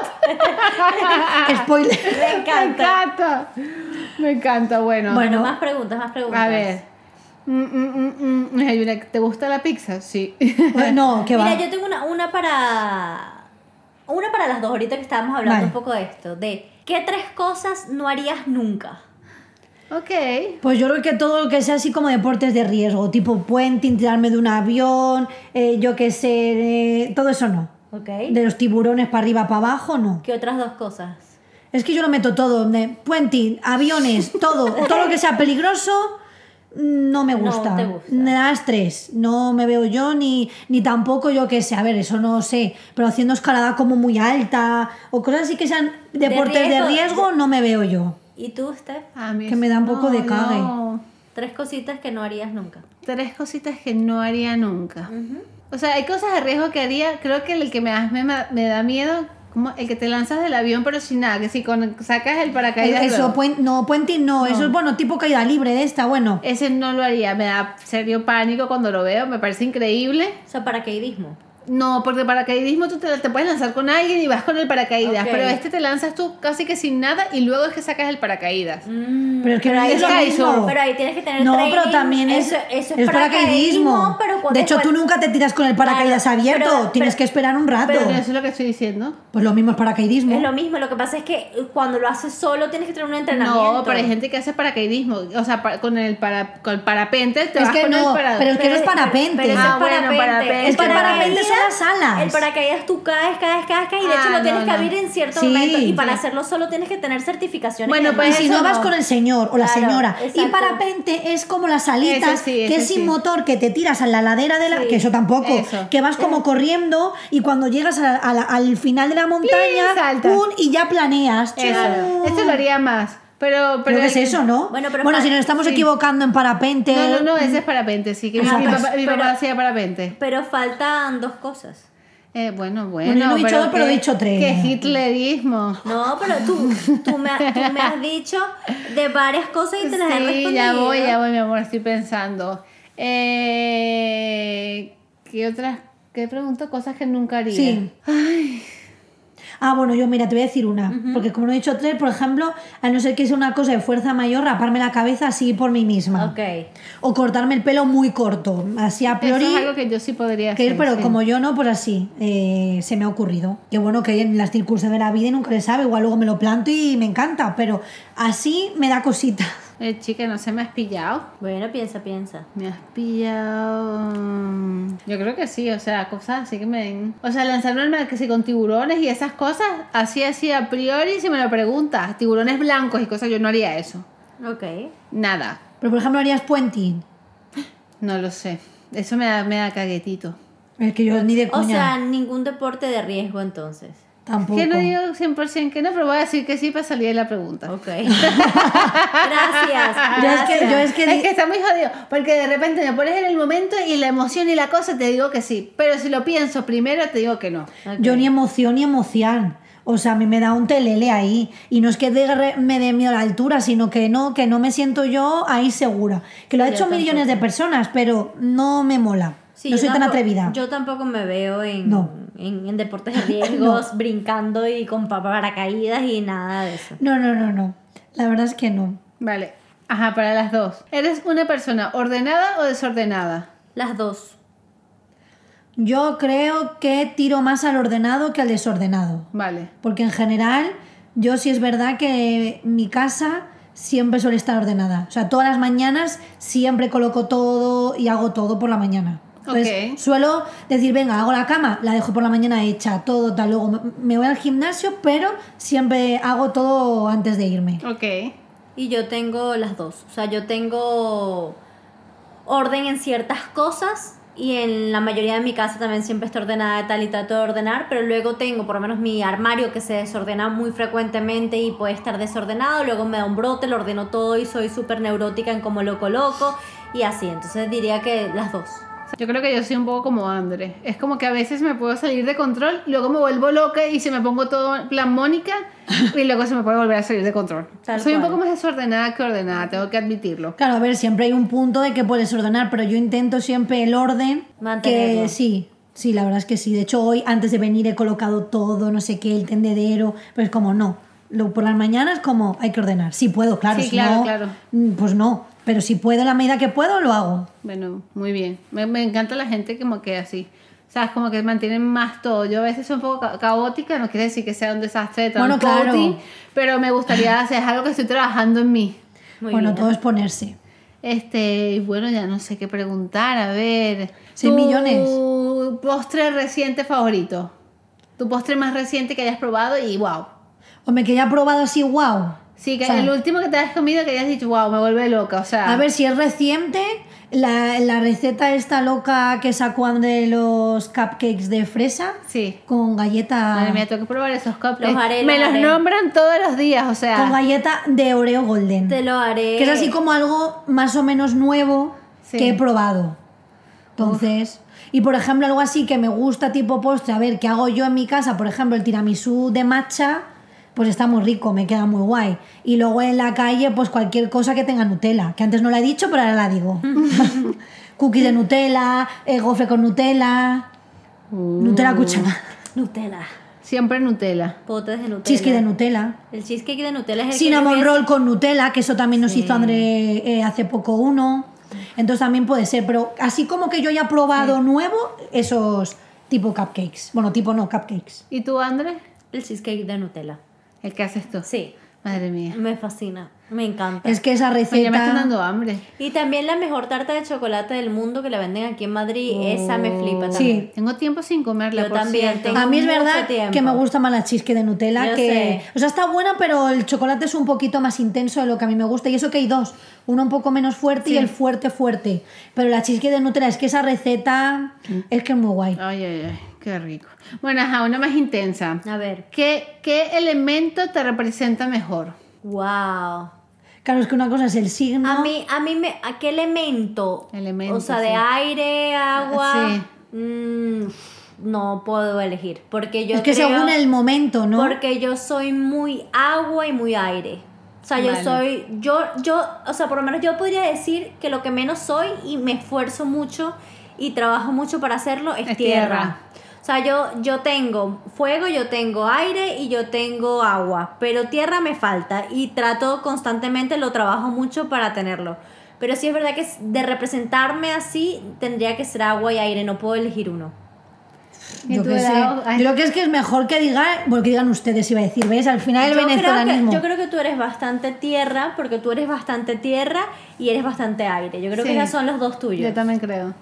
S2: Ah.
S3: Spoiler.
S2: me encanta.
S1: Me encanta. Me encanta, bueno.
S2: Bueno,
S3: Bueno.
S2: más preguntas, más preguntas.
S1: a ver. Mm, mm, mm, mm. Hay una que- ¿Te gusta la pizza? Sí.
S3: Pues no, que va.
S2: Mira, yo tengo una, una para. Una para las dos, ahorita que estábamos hablando
S3: Vale.
S2: un poco de esto. De qué tres cosas no harías nunca.
S1: ok.
S3: Pues yo creo que todo lo que sea así como deportes de riesgo, tipo puente, tirarme de un avión, eh, yo qué sé, eh, todo eso no.
S2: ¿Ok?
S3: De los tiburones para arriba, para abajo, no.
S2: ¿Qué otras dos cosas?
S3: Es que yo lo meto todo, de puente, aviones, todo, todo lo que sea peligroso, no me
S2: No
S3: gusta.
S2: te gusta.
S3: Me da estrés, no me veo yo ni, ni tampoco yo qué sé, a ver, eso no sé, pero haciendo escalada como muy alta o cosas así que sean deportes de riesgo,
S2: riesgo.
S3: no me veo yo.
S2: ¿Y tú, Steph?
S1: A mí
S3: Que me da un poco de cague.
S2: Tres cositas que no harías nunca.
S1: Tres cositas que no haría nunca. O sea, hay cosas de riesgo que haría. Creo que el que me, da- me, me da miedo, como el que te lanzas del avión, pero sin nada, que si con- sacas el paracaídas.
S3: eso,
S1: luego.
S3: puen- no, puente no, eso es bueno, tipo caída libre de esta, bueno.
S1: Ese no lo haría. Me da serio pánico cuando lo veo. Me parece increíble.
S2: O sea, paracaidismo.
S1: No, porque paracaidismo tú te, te puedes lanzar con alguien y vas con el paracaídas,
S2: Ok.
S1: pero este te lanzas tú casi que sin nada y luego es que sacas el paracaídas.
S3: Mm.
S2: Mm,
S3: Pero es que
S1: Pero
S3: no
S1: ahí
S3: es lo
S1: caes,
S3: mismo.
S2: Pero ahí tienes que tener
S3: No,
S2: training.
S3: pero también es,
S2: Eso, eso es,
S3: es paracaidismo.
S2: pero cuando pues,
S3: de hecho,
S2: cual-
S3: tú nunca te tiras con el paracaídas
S2: Claro,
S3: abierto,
S2: pero-
S3: tienes
S2: pero-
S3: que esperar un rato.
S1: Pero eso es lo que estoy diciendo.
S3: pues lo mismo es paracaidismo.
S2: Es lo mismo, lo que pasa es que cuando lo haces solo tienes que tener un entrenamiento.
S1: No, pero hay gente que hace paracaidismo, o sea, pa- con el para, con el parapente te
S3: Es
S1: vas
S3: que
S1: con el
S3: no,
S1: para-
S3: pero es que eso es parapente.
S2: Pero eso
S1: Ah,
S2: es
S1: bueno,
S2: parapente.
S1: parapente.
S3: Es que el parapente son
S2: paracaídas-
S3: las alas.
S2: El paracaídas tú caes, caes, caes, caes. Y de
S1: Ah,
S2: hecho lo
S1: no,
S2: tienes que
S1: no.
S2: abrir en cierto
S3: Sí,
S2: momento. Y
S3: sí.
S2: para hacerlo solo tienes que tener certificaciones.
S1: Bueno,
S2: y
S1: pues
S3: y
S2: demás.
S3: si
S1: eso
S3: no vas
S1: no.
S3: con el señor o la
S2: Claro,
S3: señora. Y
S2: exacto.
S3: parapente es como las alitas,
S1: Ese sí,
S3: que
S1: ese
S3: es sin
S1: sí.
S3: motor, que te tiras a la ladera de la...
S2: Sí,
S3: que eso tampoco.
S1: eso. Eh.
S3: Que vas como corriendo y cuando llegas a- a la- al final de la montaña,
S1: saltas.
S3: ¡pum! y ya planeas.
S1: Eso,
S3: ¡Chum!
S1: esto lo haría más. Pero, pero
S3: Creo que es eso, ¿no?
S2: Bueno, pero para-
S3: si nos estamos
S1: sí.
S3: equivocando en parapente...
S1: No, no, no,
S3: Mm.
S1: ese es parapente, sí que mi,
S3: Ajá,
S1: mi
S3: pues,
S1: papá, mi
S2: pero-
S1: papá hacía parapente.
S2: Pero faltan dos cosas.
S1: Eh, bueno, bueno,
S3: Bueno, yo no he dicho dos, pero he
S1: qué-
S3: dicho tres.
S1: Qué hitlerismo.
S2: No, pero tú, tú, me, tú me has dicho de varias cosas y te las he respondido.
S1: Sí, ya voy, ya voy, mi amor, estoy pensando. Eh, ¿Qué otras? ¿Qué pregunto? Cosas que nunca haría.
S3: Sí. Ah, bueno, yo mira, te voy a decir una. Porque como no he dicho tres, por ejemplo, a no ser que sea una cosa de fuerza mayor, raparme la cabeza así por mí misma.
S2: Ok.
S3: O cortarme el pelo muy corto. Así a
S1: Eso
S3: priori.
S1: es algo que yo sí podría
S3: que-
S1: hacer.
S3: pero
S1: sí.
S3: como yo no, pues así eh, se me ha ocurrido. Que bueno, que en las circunstancias de la vida nunca se sabe. Igual luego me lo planto y me encanta. Pero así me da cosita.
S1: Eh, chica, no sé, me has pillado.
S2: Bueno, piensa, piensa.
S1: Me has pillado. mm, Yo creo que sí, o sea, cosas así que me den. O sea, lanzarme al mar que sí, con tiburones y esas cosas, así, así a priori, si me lo preguntas, tiburones blancos y cosas, yo no haría eso.
S2: Ok.
S3: Eh,
S1: Nada,
S3: Pero por ejemplo, harías puenting.
S1: no lo sé. Eso me da, me da caguetito.
S3: Es que yo ni de
S2: O
S3: coña.
S2: sea, ningún deporte de riesgo entonces.
S3: tampoco.
S1: Que no digo 100% que no, pero voy a decir que sí para salir de la pregunta.
S2: Ok. gracias.
S3: Yo es que, yo
S2: gracias.
S3: es que di-
S1: Es que está muy jodido, porque de repente me pones en el momento y la emoción y la cosa te digo que sí, pero si lo pienso primero te digo que no.
S2: Ok.
S3: Yo ni emoción ni emoción. O sea, a mí me da un telele ahí. Y no es que de re- me dé miedo a la altura, sino que no, que no me siento yo ahí segura. Que lo ha hecho millones de personas, pero no me mola.
S2: Sí,
S3: no
S2: yo
S3: soy tan
S2: tampoco-
S3: atrevida.
S2: Yo tampoco me veo en,
S3: No.
S2: en, en deportes de riesgos, brincando y con pa- paracaídas y nada de eso.
S3: No, no, no, no. La verdad es que no.
S1: Vale. Ajá, para las dos. ¿Eres una persona ordenada o desordenada?
S2: Las dos.
S3: Yo creo que tiro más al ordenado que al desordenado.
S1: Vale.
S3: Porque en general, yo sí es verdad que mi casa siempre suele estar ordenada. O sea, todas las mañanas siempre coloco todo y hago todo por la mañana. Entonces,
S1: Ok.
S3: suelo decir, venga, hago la cama, la dejo por la mañana hecha, todo tal. Luego me- me voy al gimnasio, pero siempre hago todo antes de irme.
S1: Ok.
S2: Y yo tengo las dos. O sea, yo tengo orden en ciertas cosas y en la mayoría de mi casa también siempre está ordenada de tal y trato de ordenar, pero luego tengo por lo menos mi armario que se desordena muy frecuentemente y puede estar desordenado, luego me da un brote, lo ordeno todo y soy súper neurótica en cómo lo coloco y así. Entonces diría que las dos.
S1: Yo creo que yo soy un poco como Andre. Es como que a veces me puedo salir de control, luego me vuelvo loca y se me pongo todo en plan Mónica y luego se me puede volver a salir de control.
S2: Tal
S1: soy un
S2: cual.
S1: poco más desordenada que ordenada, tengo que admitirlo.
S3: Claro, a ver, siempre hay un punto de que puedes ordenar, pero yo intento siempre el orden.
S2: Mantenerlo.
S3: Que sí, sí, la verdad es que sí. De hecho, hoy antes de venir he colocado todo, no sé qué, el tendedero, pero es como no. Lo, por las mañanas como hay que ordenar. Si puedo, claro.
S1: Sí,
S3: si
S1: claro,
S3: no,
S1: claro.
S3: mm, Pues no, pero si puedo en la medida que puedo, lo hago.
S1: Bueno, muy bien. Me, me encanta la gente como que así. ¿Sabes? Como que mantienen más todo. Yo a veces soy un poco ca- caótica, no quiere decir que sea un desastre de
S3: Bueno, claro.
S1: transporting, pero me gustaría hacer es algo que estoy trabajando en mí.
S2: Muy
S3: bueno,
S2: bien.
S3: todo es ponerse.
S1: Este, y bueno, ya no sé qué preguntar. A ver.
S3: Seis
S1: ¿tu
S3: millones.
S1: postre reciente favorito. Tu postre más reciente que hayas probado y wow.
S3: Hombre, que ya he probado así, wow.
S1: Sí, que
S3: O sea,
S1: el último que te hayas comido que hayas dicho, wow, me vuelve loca. O sea,
S3: A ver si es reciente. La, la receta esta loca que sacó de los cupcakes de fresa
S1: sí.
S3: con galleta.
S1: Madre mía, tengo que probar esos cupcakes.
S2: Los haré,
S1: me
S2: los
S1: los
S2: haré.
S1: nombran todos los días, o sea.
S3: con galleta de Oreo Golden.
S2: Te lo haré.
S3: Que es así como algo más o menos nuevo
S1: Sí.
S3: que he probado. Entonces, y por ejemplo, algo así que me gusta tipo postre, a ver, que hago yo en mi casa, por ejemplo, el tiramisú de matcha, pues está muy rico, me queda muy guay. Y luego en la calle, pues cualquier cosa que tenga Nutella, que antes no la he dicho, pero ahora la digo. Cookie de Nutella, eh, gofre con Nutella, Nutella cuchara,
S2: Nutella.
S1: Siempre Nutella.
S2: Potes de Nutella.
S3: cheesecake de Nutella.
S2: El cheesecake de Nutella es el que yo
S3: Cinnamon
S2: hubiese-
S3: roll con Nutella, que eso también nos hizo André eh, hace poco uno. Entonces también puede ser, pero así como que yo haya probado nuevo esos tipo cupcakes. Bueno, tipo no, cupcakes.
S1: ¿Y tú, Andrés?
S2: El cheesecake de Nutella.
S1: ¿El que haces tú?
S2: Sí.
S1: Madre mía.
S2: Me fascina, me encanta.
S3: Es que esa
S1: Oye, me están
S3: receta...
S1: dando hambre.
S2: Y también la mejor tarta de chocolate del mundo que la venden aquí en Madrid, esa me flipa también.
S3: Sí.
S1: Tengo tiempo sin comerla,
S2: Yo
S1: por
S2: también
S1: cierto.
S2: tengo-
S3: A mí es
S2: mucho
S3: verdad
S2: tiempo.
S3: que me gusta más la cheesecake de Nutella
S2: Yo
S3: que...
S2: sé.
S3: O sea, está buena, pero el chocolate es un poquito más intenso de lo que a mí me gusta. Y eso que hay dos. Uno un poco menos fuerte y el fuerte fuerte. Pero la cheesecake de Nutella es que esa receta
S2: Mm.
S3: es que es muy guay.
S1: Ay, ay, ay, qué rico. Bueno, ajá, una más intensa.
S2: A ver,
S1: ¿Qué, qué elemento te representa mejor?
S2: wow.
S3: Claro, es que una cosa es el signo...
S2: A mí, a mí me, ¿a qué elemento?
S1: Elemento,
S2: o sea, de
S1: sí.
S2: aire, agua.
S1: Sí.
S2: mm, no puedo elegir, porque yo
S3: es que
S2: creo-
S3: según el momento, ¿no?
S2: Porque yo soy muy agua y muy aire. O sea, yo
S1: Vale.
S2: soy, yo, yo, o sea, por lo menos yo podría decir que lo que menos soy y me esfuerzo mucho y trabajo mucho para hacerlo es,
S1: Es tierra.
S2: tierra. O sea, yo, yo tengo fuego, yo tengo aire y yo tengo agua, pero tierra me falta y trato constantemente, lo trabajo mucho para tenerlo. Pero sí es verdad que s- de representarme así tendría que ser agua y aire, no puedo elegir uno.
S1: Y
S3: Yo
S1: tú
S3: qué
S1: de
S3: sé.
S1: lado, ay.
S3: Yo creo que es que es mejor que digan, porque digan ustedes, iba a decir, ¿ves? Al final el
S2: Yo creo que-
S3: venezolanismo.
S2: yo creo que tú eres bastante tierra, porque tú eres bastante tierra y eres bastante aire. Yo creo
S1: Sí.
S2: que esos son los dos tuyos.
S1: Yo también creo.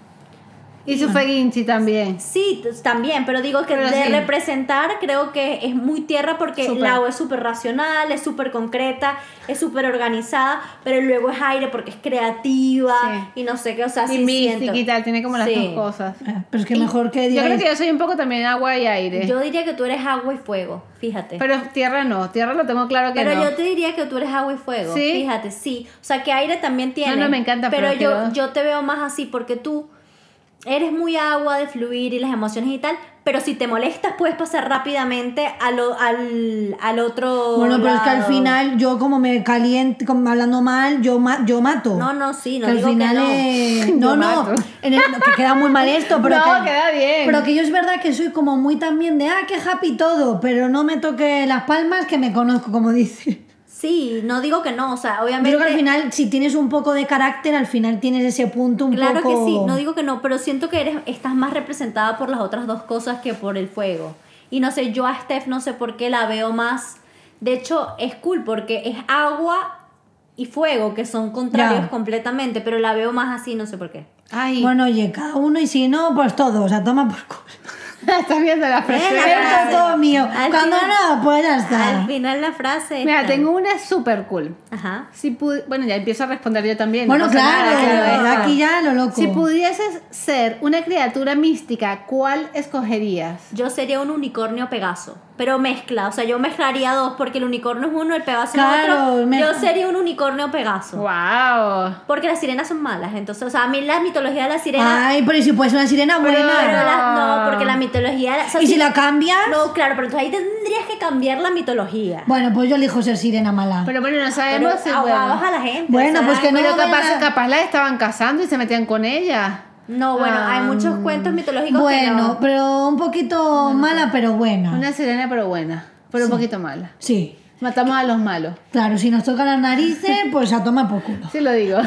S1: Y su feguinchi también.
S2: Sí, t- también, pero digo que
S1: Pero
S2: de
S1: sí.
S2: representar creo que es muy tierra porque
S1: Súper.
S2: la O es súper racional, es súper concreta, es súper organizada, pero luego es aire porque es creativa
S1: Sí.
S2: y no sé qué, o
S1: Y
S2: sea, Ah, sí
S1: mística
S2: siento.
S1: y tal, tiene como las
S2: Sí.
S1: dos cosas.
S3: Ah, Pero es que mejor que
S1: Yo
S3: digan.
S1: creo que yo soy un poco también agua y aire.
S2: Yo diría que tú eres agua y fuego, fíjate. Pero,
S1: Pero tierra no, tierra lo tengo claro que no.
S2: yo te diría que tú eres agua y fuego,
S1: ¿Sí?
S2: fíjate, sí. O sea, que aire también tiene.
S1: no, me encanta,
S2: pero,
S1: pero
S2: yo,
S1: quiero-
S2: yo te veo más así porque tú eres muy agua de fluir y las emociones y tal, pero si te molestas puedes pasar rápidamente a lo- al, al otro
S3: Bueno, pero es que al
S2: lado.
S3: final yo como me caliento, como hablando mal, yo, ma- yo mato.
S2: No, no, sí, no
S3: que al
S2: digo que
S3: final
S2: no.
S3: es-
S1: Yo
S3: no. no,
S1: mato.
S3: En el- que queda muy mal esto, pero
S1: No,
S3: que-
S1: queda bien.
S3: Pero que yo es verdad que soy como muy también de, ah, qué happy todo, pero no me toque las palmas que me conozco, como dice.
S2: Sí, no digo que no, o sea,
S3: Yo
S2: obviamente...
S3: creo que al final, si tienes un poco de carácter, al final tienes ese punto un
S2: Claro
S3: poco...
S2: que sí, no digo que no, pero siento que eres, estás más representada por las otras dos cosas que por el fuego. Y no sé, yo a Steph no sé por qué la veo más. De hecho, es cool porque es agua y fuego, que son contrarios
S3: Ya.
S2: completamente, pero la veo más así, no sé por qué.
S1: Ay,
S3: Bueno, oye, cada uno y si no, pues todo, o sea, toma por culo.
S1: estás viendo la frase.
S2: la
S3: Esto es todo mío.
S2: Al
S3: Cuando
S2: final-
S3: no, pues ya está.
S2: Al final la frase.
S1: Mira,
S2: está-
S1: tengo una super cool.
S2: Ajá.
S1: Si pu- bueno, ya empiezo a responder yo también.
S3: Bueno,
S1: no pasa
S3: claro,
S1: nada, claro,
S2: claro.
S3: aquí ya lo loco.
S1: Si pudieses ser una criatura mística, ¿cuál escogerías?
S2: Yo sería un unicornio Pegaso, pero mezcla, o sea, yo mezclaría dos porque el unicornio es uno, el Pegaso
S3: Claro,
S2: es otro.
S3: mezcla.
S2: Yo sería un unicornio Pegaso.
S1: ¡Wow!
S2: Porque las sirenas son malas, entonces, o sea, a mí la mitología de la sirena.
S3: Ay, pero ¿y si puedes una sirena
S2: pero
S3: buena.
S2: la- no, porque la mitología. o sea,
S3: ¿Y
S2: sí-
S3: si la cambias?
S2: No, claro, pero entonces ahí tendrías que cambiar la mitología.
S3: Bueno, pues yo elijo ser sirena mala.
S1: Pero bueno, no
S2: Pero
S1: sabemos si.
S2: ahogabas
S1: Bueno,
S2: a la gente.
S3: Bueno,
S2: o sea,
S3: pues que no.
S1: Pero capaz,
S3: venga.
S1: capaz la estaban casando y se metían con ella.
S2: No, bueno, hay muchos cuentos mitológicos que
S3: Ah, bueno,
S2: no.
S3: pero un poquito mala, pero buena.
S1: Una sirena, pero buena. Pero un poquito mala.
S3: Sí.
S1: Matamos a los malos.
S3: Claro, si nos toca las narices, pues a tomar por culo.
S1: Sí lo digo.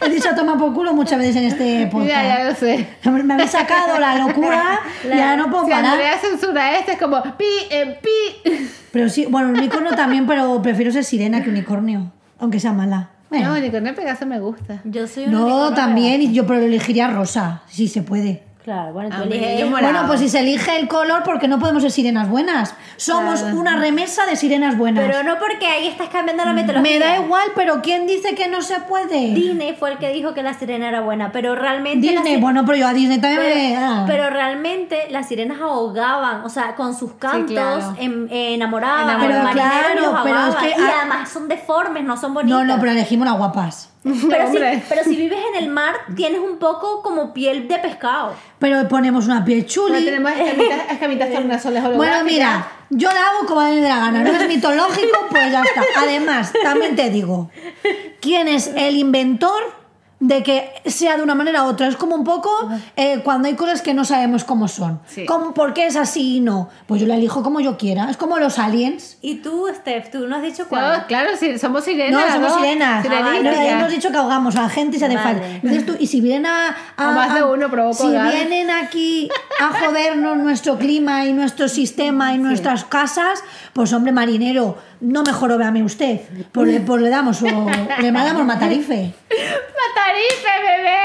S3: He dicho a tomar por culo muchas veces en este
S1: ya,
S3: podcast.
S1: ya lo sé.
S3: Hombre, Me habéis sacado la locura y ahora no puedo
S1: si
S3: parar.
S1: Andrea censura este, es como pi, eh, pi.
S3: Pero sí, bueno, unicornio también, pero prefiero ser sirena que unicornio, aunque sea mala.
S1: No,
S3: Bueno.
S1: unicornio Pegaso me gusta.
S2: Yo soy un
S3: No,
S2: unicornio
S3: también, y yo pero elegiría rosa, si se puede.
S2: Pegaso. Claro, bueno,
S1: Ah,
S2: tú eliges.
S1: yo
S2: Yo,
S1: morado.
S3: Bueno, pues si se elige el color, porque no podemos ser sirenas buenas. Somos una remesa de sirenas buenas.
S2: pero no porque ahí estás cambiando la mitología.
S3: Me da igual, pero ¿quién dice que no se puede?
S2: Disney fue el que dijo que la sirena era buena, pero realmente. la
S3: Disney,
S2: sirena-
S3: bueno, pero yo a Disney también me...
S2: Pero,
S3: ah.
S2: pero realmente las sirenas ahogaban, o sea, con sus cantos
S1: claro.
S2: em- eh, enamoraban,
S1: Enamoraban.
S2: los
S1: Pero
S2: marineros
S3: claro,
S2: los
S3: pero es
S2: ahogaban,
S3: que
S2: y
S3: a-
S2: además son deformes, no son bonitos.
S3: no, no, pero elegimos las guapas.
S2: Pero si,
S1: Hombre.
S2: pero si vives en el mar, tienes un poco como piel de pescado.
S3: Pero ponemos una piel
S1: No
S3: chuli.
S1: tenemos escamitas, escamitas tornasoles
S3: Bueno,
S1: holográficas.
S3: mira, yo la hago como a mí me da la gana. No es mitológico, pues ya está. Además, también te digo, ¿quién es el inventor de que sea de una manera u otra? Es como un poco eh, cuando hay cosas que no sabemos cómo son.
S1: Sí.
S3: Como, ¿Por qué es así y no? Pues yo la elijo como yo quiera. Es como los aliens.
S2: Y tú, Steph, tú no has dicho
S1: No,
S2: cuál.
S1: claro, sí, somos sirenas.
S3: No, somos
S1: ¿no?
S3: sirenas. Ah,
S1: Sirenísticas.
S3: No, hemos dicho que ahogamos a la gente si hace
S2: Vale.
S3: falta. Entonces tú, y si vienen a. a-
S1: A más de
S3: a-
S1: uno provoca
S3: Si
S1: ahogar.
S3: vienen aquí a jodernos nuestro clima y nuestro sistema y nuestras casas, pues hombre, marinero, no mejor véame usted. Pues le, pues le damos, o, le mandamos matarife.
S1: Matarife, bebé.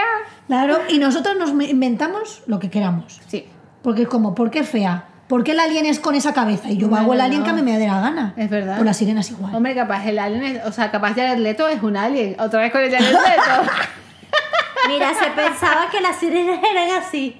S3: Claro, y nosotros nos me- inventamos lo que queramos.
S1: Sí,
S3: Porque es como, ¿por qué fea? ¿Por qué el alien es con esa cabeza? Y yo hago el alien que a mí me dé la gana.
S1: Es verdad.
S3: O las sirenas igual.
S1: Hombre, capaz el alien, es- o sea, capaz Jared Leto es un alien. Otra vez con el Jared Leto.
S2: Mira, se pensaba que las sirenas eran así.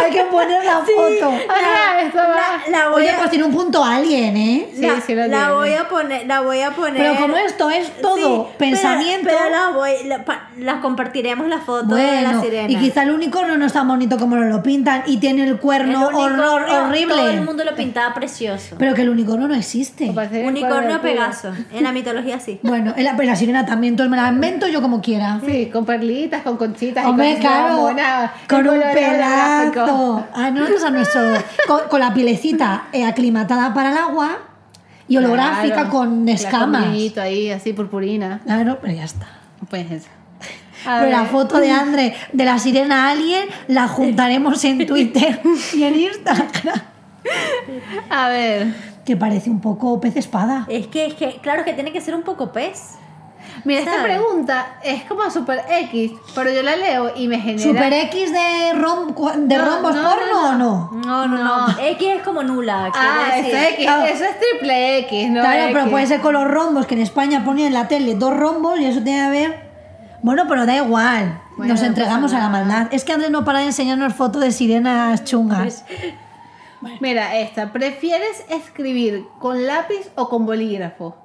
S3: Hay que poner la foto.
S1: Ajá, esto va.
S2: La voy
S3: Oye,
S2: a,
S3: pues tiene un punto alien, ¿eh?
S1: Sí,
S2: la-
S1: sí lo
S2: la
S1: tiene.
S2: voy a poner, la voy a poner.
S3: Pero como esto es todo
S2: Sí, pero-
S3: pensamiento,
S2: Pero, las voy, la- pa- las compartiremos la foto de la
S3: bueno,
S2: sirena.
S3: y quizá el unicornio no es tan bonito como nos lo pintan y tiene el
S2: El
S3: cuerno
S2: unicornio,
S3: horror,
S2: Todo el
S3: horrible.
S2: mundo lo pintaba precioso.
S3: Pero que el unicornio no existe.
S1: O parece el cuervo
S2: Unicornio
S1: de Cuba.
S2: Pegaso. En la mitología sí.
S3: Bueno, el- pero la sirena también, entonces me la invento yo como quiera.
S1: Sí, con perlitas, con conchitas. y
S3: Hombre,
S1: con-
S3: claro,
S1: mona,
S3: con
S1: el
S3: un
S1: color holográfico.
S3: pelazo. A nosotros a nuestro, con, con la pielecita eh, aclimatada para el agua y holográfica
S1: Claro,
S3: con
S1: la
S3: escamas.
S1: colorito ahí, así, purpurina.
S3: Claro, pero ya está.
S1: Pues esa. A
S3: Pero la
S1: ver.
S3: foto de Andre de la sirena alien la juntaremos en Twitter y en Instagram.
S1: A ver.
S3: Que parece un poco pez espada.
S2: Es que, es que, claro que tiene que ser un poco pez.
S1: Mira, esta
S2: ¿Sabes?
S1: pregunta es como super X, pero yo la leo y me genera.
S3: ¿Super X de, rom, de
S1: No,
S3: rombos
S1: no,
S3: porno
S1: no,
S3: o no?
S2: No, no, no. X es como nula. quiero
S1: Ah, es
S2: decir.
S1: X.
S3: Claro.
S1: Eso es triple X, ¿no?
S3: claro, pero
S1: X.
S3: puede ser con los rombos que en España ponían en la tele dos rombos y eso tiene que ver. Bueno, pero da igual.
S1: Bueno,
S3: Nos
S1: no
S3: entregamos
S1: pasa
S3: a la
S1: nada.
S3: maldad. Es que Andrés no para de enseñarnos fotos de sirenas
S2: Pues,
S3: chungas.
S1: Mira, esta. ¿Prefieres escribir con lápiz o con bolígrafo?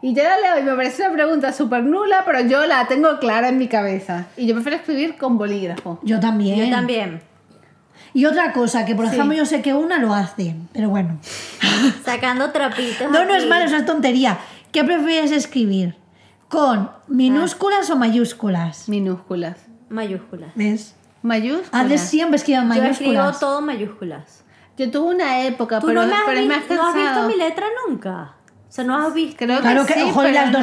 S1: Y yo la leo y me parece una pregunta súper nula, pero yo la tengo clara en mi cabeza. Y yo prefiero escribir con bolígrafo.
S3: Yo también.
S2: Yo también.
S3: Y otra cosa, que por ejemplo yo sé que una lo hace, pero bueno.
S2: Sacando trapitos.
S3: No, no
S2: aquí.
S3: es malo, eso es tontería. ¿Qué prefieres escribir? ¿Con minúsculas o mayúsculas?
S1: Minúsculas.
S2: Mayúsculas.
S3: ¿Ves?
S1: Mayúsculas.
S2: Ah,
S3: Antes siempre escribían
S2: Yo escribo
S3: mayúsculas.
S2: todo mayúsculas.
S1: Yo tuve una época,
S2: Tú
S1: pero,
S2: no, me has
S1: pero es
S2: vi-
S1: más
S2: no has visto
S1: cansado.
S2: mi letra nunca. O sea, no has visto.
S1: Creo
S3: Claro que,
S1: que sí,
S3: ojo, y
S1: pero
S3: las
S1: no.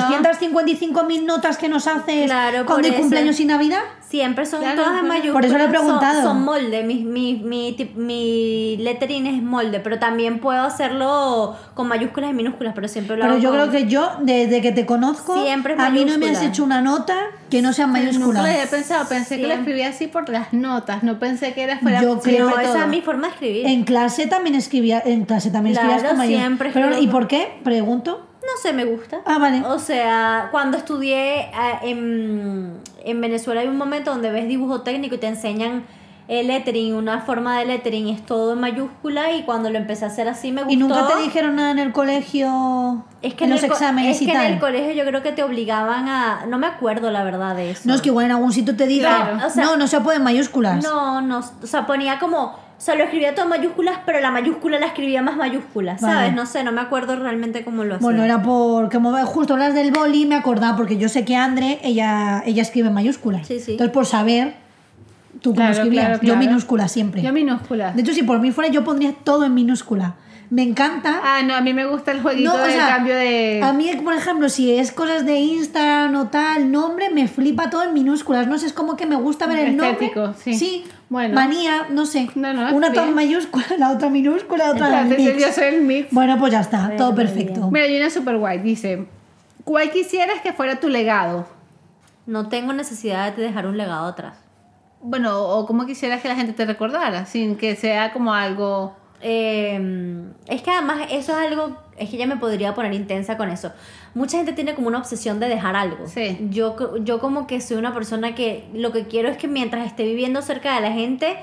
S3: 255.000 notas que nos haces
S2: Claro, por
S3: cuando hay
S2: eso.
S3: cumpleaños y Navidad.
S2: Siempre son
S1: Claro,
S2: todas en
S1: por-
S2: mayúsculas.
S3: por eso le he
S2: son-
S3: preguntado.
S2: Son, molde. Mi, mi, mi, tip- mi lettering es molde, pero también puedo hacerlo con mayúsculas y minúsculas, pero siempre lo
S3: Pero
S2: hago
S3: yo creo
S2: con-
S3: que yo, desde que te conozco,
S2: Siempre es
S3: a mí no me has
S2: mayúscula.
S3: hecho una nota que no sea
S1: Nunca
S3: mayúscula.
S1: lo había pensado, pensé que lo
S2: Siempre.
S1: escribía así por las notas, no pensé que era fuera
S3: Yo creo-
S2: No,
S1: siempre
S2: esa
S1: todo.
S2: es mi forma de escribir.
S3: En clase también escribía, en clase también
S2: Claro,
S3: escribías con mayúscula.
S2: siempre
S3: Pero, ¿Y
S2: escribo-
S3: por qué? Pregunto.
S2: No sé, me gusta.
S3: Ah, vale.
S2: O sea, cuando estudié ah, en, en Venezuela hay un momento donde ves dibujo técnico y te enseñan el lettering, una forma de lettering, es todo en mayúscula y cuando lo empecé a hacer así me gustó.
S3: ¿Y nunca te dijeron nada en el colegio?
S2: es que
S3: en los
S2: el co-
S3: exámenes
S2: es
S3: y
S2: que
S3: tal.
S2: en el colegio yo creo que te obligaban a... No me acuerdo la verdad de eso.
S3: no, es que igual en algún sitio te dicen,
S2: Claro, o sea-
S3: no, no se pueden mayúsculas.
S2: No, no, o sea, ponía como... O sea, lo escribía todo en mayúsculas, pero la mayúscula la escribía más mayúscula, ¿sabes?
S3: Vale.
S2: No sé, no me acuerdo realmente cómo lo hacía.
S3: Bueno, era porque como justo las del boli me acordaba, porque yo sé que Andre, ella, ella escribe en mayúsculas.
S2: Sí, sí.
S3: Entonces, por saber, tú cómo
S1: Claro,
S3: escribías.
S1: claro,
S3: Yo
S1: claro.
S3: minúscula siempre.
S1: Yo minúscula.
S3: De hecho, si por mí fuera, yo pondría todo en minúscula. Me encanta.
S1: Ah, no, a mí me gusta el jueguito
S3: No, o
S1: del
S3: sea,
S1: cambio de...
S3: A mí, por ejemplo, si es cosas de Instagram o tal, nombre, me flipa todo en minúsculas. No sé, es como que me gusta ver el nombre.
S1: Estético, sí. Bueno.
S3: Manía, no sé.
S1: No, no,
S3: Una
S1: está
S3: toda
S1: bien.
S3: mayúscula, la otra minúscula, la otra
S1: Entonces,
S3: mix.
S1: yo soy el mix.
S3: Bueno, pues ya está,
S2: Bueno,
S3: todo
S2: muy
S3: perfecto.
S1: Mira, hay una super guay, dice, ¿cuál quisieras que fuera tu legado?
S2: No tengo necesidad de dejar un legado atrás.
S1: Bueno, o o cómo quisieras que la gente te recordara, sin que sea como algo...
S2: Eh, es que además eso es algo, es que ya me podría poner intensa con eso. Mucha gente tiene como una obsesión de dejar algo.
S1: Sí.
S2: Yo, co- yo como que soy una persona que lo que quiero es que mientras esté viviendo cerca de la gente,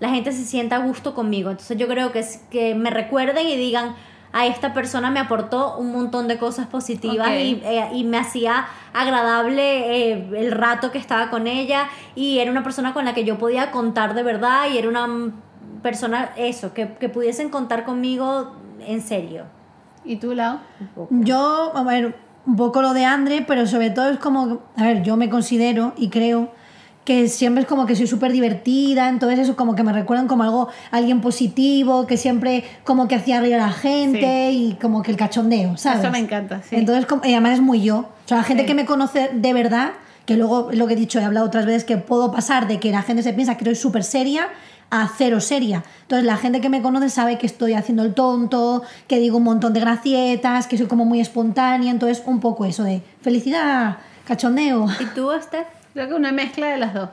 S2: la gente se sienta a gusto conmigo. Entonces yo creo que, es, que me recuerden y digan, a esta persona me aportó un montón de cosas positivas
S1: Ok.
S2: y, eh, y me hacía agradable eh, el rato que estaba con ella y era una persona con la que yo podía contar de verdad y era una mm, persona, eso, que, que pudiesen contar conmigo en serio.
S1: ¿Y tú, Lau?
S2: un poco.
S3: Yo, a ver, un poco lo de Andre, pero sobre todo es como, a ver, yo me considero y creo que siempre es como que soy súper divertida, entonces eso como que me recuerdan como algo, alguien positivo, que siempre como que hacía reír a la gente y como que el cachondeo, ¿sabes?
S1: Eso me encanta, sí.
S3: Entonces, como- y además es muy yo. O sea, la gente que me conoce de verdad, que luego lo que he dicho, he hablado otras veces, que puedo pasar de que la gente se piensa que soy súper seria a cero seria. Entonces, la gente que me conoce sabe que estoy haciendo el tonto, que digo un montón de gracietas, que soy como muy espontánea. Entonces, un poco eso de felicidad, cachondeo.
S2: ¿Y tú, Steph?
S1: Creo que una mezcla de las dos.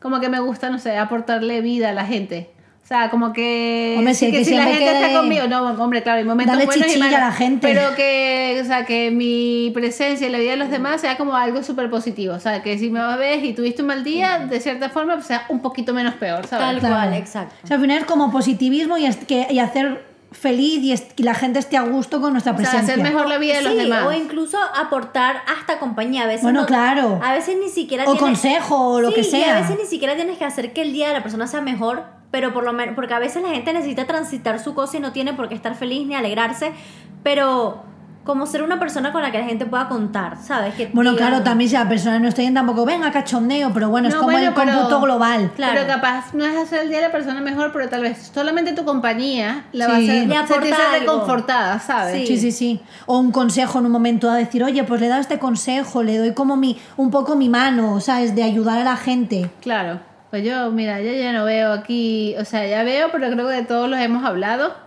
S1: Como que me gusta, no sé, aportarle vida a la gente. O sea, como que,
S3: Hombre, si
S1: sí,
S3: el
S1: que,
S3: que
S1: si la
S3: siempre
S1: gente
S3: quede-
S1: está conmigo, no, hombre, claro, hay momentos
S3: Dale
S1: buenos y
S3: chichilla
S1: malos,
S3: a la gente.
S1: Pero que, o sea, que mi presencia en la vida de los demás sea como algo súper positivo. O sea, que si me ves y tuviste un mal día, de cierta forma, pues, sea un poquito menos peor, ¿sabes?
S2: Tal
S3: Claro.
S2: cual, exacto.
S3: O sea, al final es como positivismo y, es- que- y hacer feliz y, es- que la gente esté a gusto con nuestra
S1: O sea,
S3: presencia.
S1: hacer mejor la vida de los
S2: Sí,
S1: demás.
S2: O incluso aportar hasta compañía. A veces
S3: Bueno,
S2: no-
S3: claro.
S2: A veces ni siquiera
S3: O
S2: tienes-
S3: consejo, o lo
S2: Sí,
S3: que
S2: Y
S3: sea.
S2: a veces ni siquiera tienes que hacer que el día de la persona sea mejor, pero por lo menos. Porque a veces la gente necesita transitar su cosa y no tiene por qué estar feliz ni alegrarse. Pero como ser una persona con la que la gente pueda contar, ¿sabes? Que
S3: Bueno,
S2: digan-
S3: claro, también si la persona no está bien tampoco, venga, cachondeo, pero bueno, es
S1: No,
S3: como
S1: bueno,
S3: el
S1: pero-
S3: cómputo global.
S2: Claro.
S1: Pero capaz no es hacer el día de la persona mejor, pero tal vez solamente tu compañía la va a
S3: Sí.
S1: hacer
S2: Le aporta
S1: sentirse
S2: algo.
S1: reconfortada, ¿sabes?
S2: Sí.
S3: Sí, sí, sí. O un consejo en un momento a decir, oye, pues le he dado este consejo, le doy como mi, un poco mi mano, ¿sabes? De ayudar a la gente.
S1: Claro. Pues yo, mira, yo ya no veo aquí, o sea, ya veo, pero creo que de todos los hemos hablado.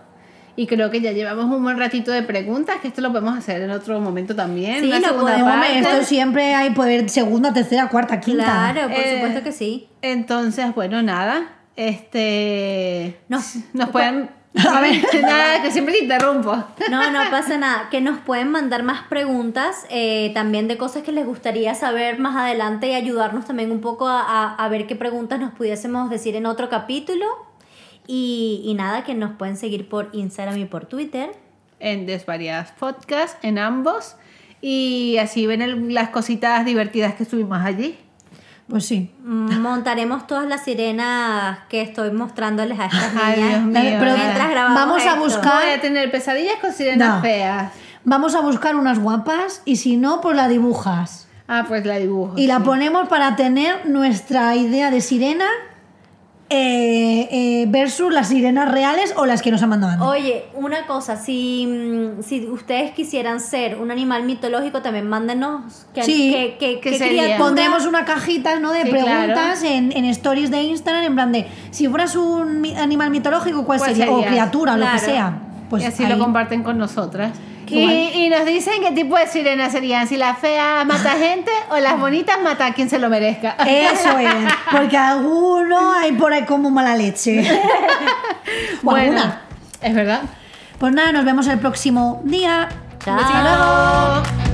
S1: Y creo que ya llevamos un buen ratito de preguntas, que esto lo podemos hacer en otro momento también.
S2: Sí,
S1: una
S2: lo
S1: segunda
S2: podemos,
S1: parte.
S3: Esto siempre hay poder segunda, tercera, cuarta, quinta.
S2: Claro, por
S1: Eh,
S2: supuesto que sí.
S1: Entonces, bueno, nada. Este.
S2: Nos-
S1: nos pueden. A ver, nada, que siempre te interrumpo.
S2: No, no pasa nada. Que nos pueden mandar más preguntas eh, también de cosas que les gustaría saber más adelante y ayudarnos también un poco a, a- a ver qué preguntas nos pudiésemos decir en otro capítulo. Y, y nada, que nos pueden seguir por Instagram y por Twitter.
S1: en Desvariadas Podcast, en ambos. Y así ven el- las cositas divertidas que subimos allí.
S3: Pues sí.
S2: Mm, Montaremos todas las sirenas que estoy mostrándoles a estas
S1: Ay,
S2: niñas.
S1: Dios mío,
S3: Pero
S2: mientras grabamos
S3: vamos a
S2: esto.
S1: No
S3: buscar,
S1: voy a tener pesadillas con sirenas
S3: No.
S1: feas.
S3: vamos a buscar unas guapas y si no, pues la dibujas.
S1: Ah, pues la dibujo.
S3: Y la
S1: sí.
S3: ponemos para tener nuestra idea de sirena eh, eh, versus las sirenas reales o las que nos han mandado antes.
S2: Oye, una cosa, si, mm, si ustedes quisieran ser un animal mitológico, también mándenos que,
S3: Sí.
S2: que, que,
S1: ¿Qué
S2: que
S1: sería?
S2: criatura-
S3: Pondremos una cajita ¿no? de
S1: Sí,
S3: preguntas en, en stories de Instagram, en plan de si fueras un mi- animal mitológico, ¿cuál,
S1: ¿Cuál
S3: sería? O
S1: sería?
S3: criatura, o lo
S2: Claro.
S3: que sea. Pues
S1: y así
S3: ahí.
S1: lo comparten con nosotras.
S3: Qué
S1: Y,
S3: guay.
S1: y nos dicen qué tipo de sirenas serían, si las feas mata gente o las bonitas mata a quien se lo merezca.
S3: Eso es, porque alguno hay por ahí como mala leche. O alguna.
S1: es verdad.
S3: Pues nada, nos vemos el próximo día.
S2: Chao.
S1: Hasta luego.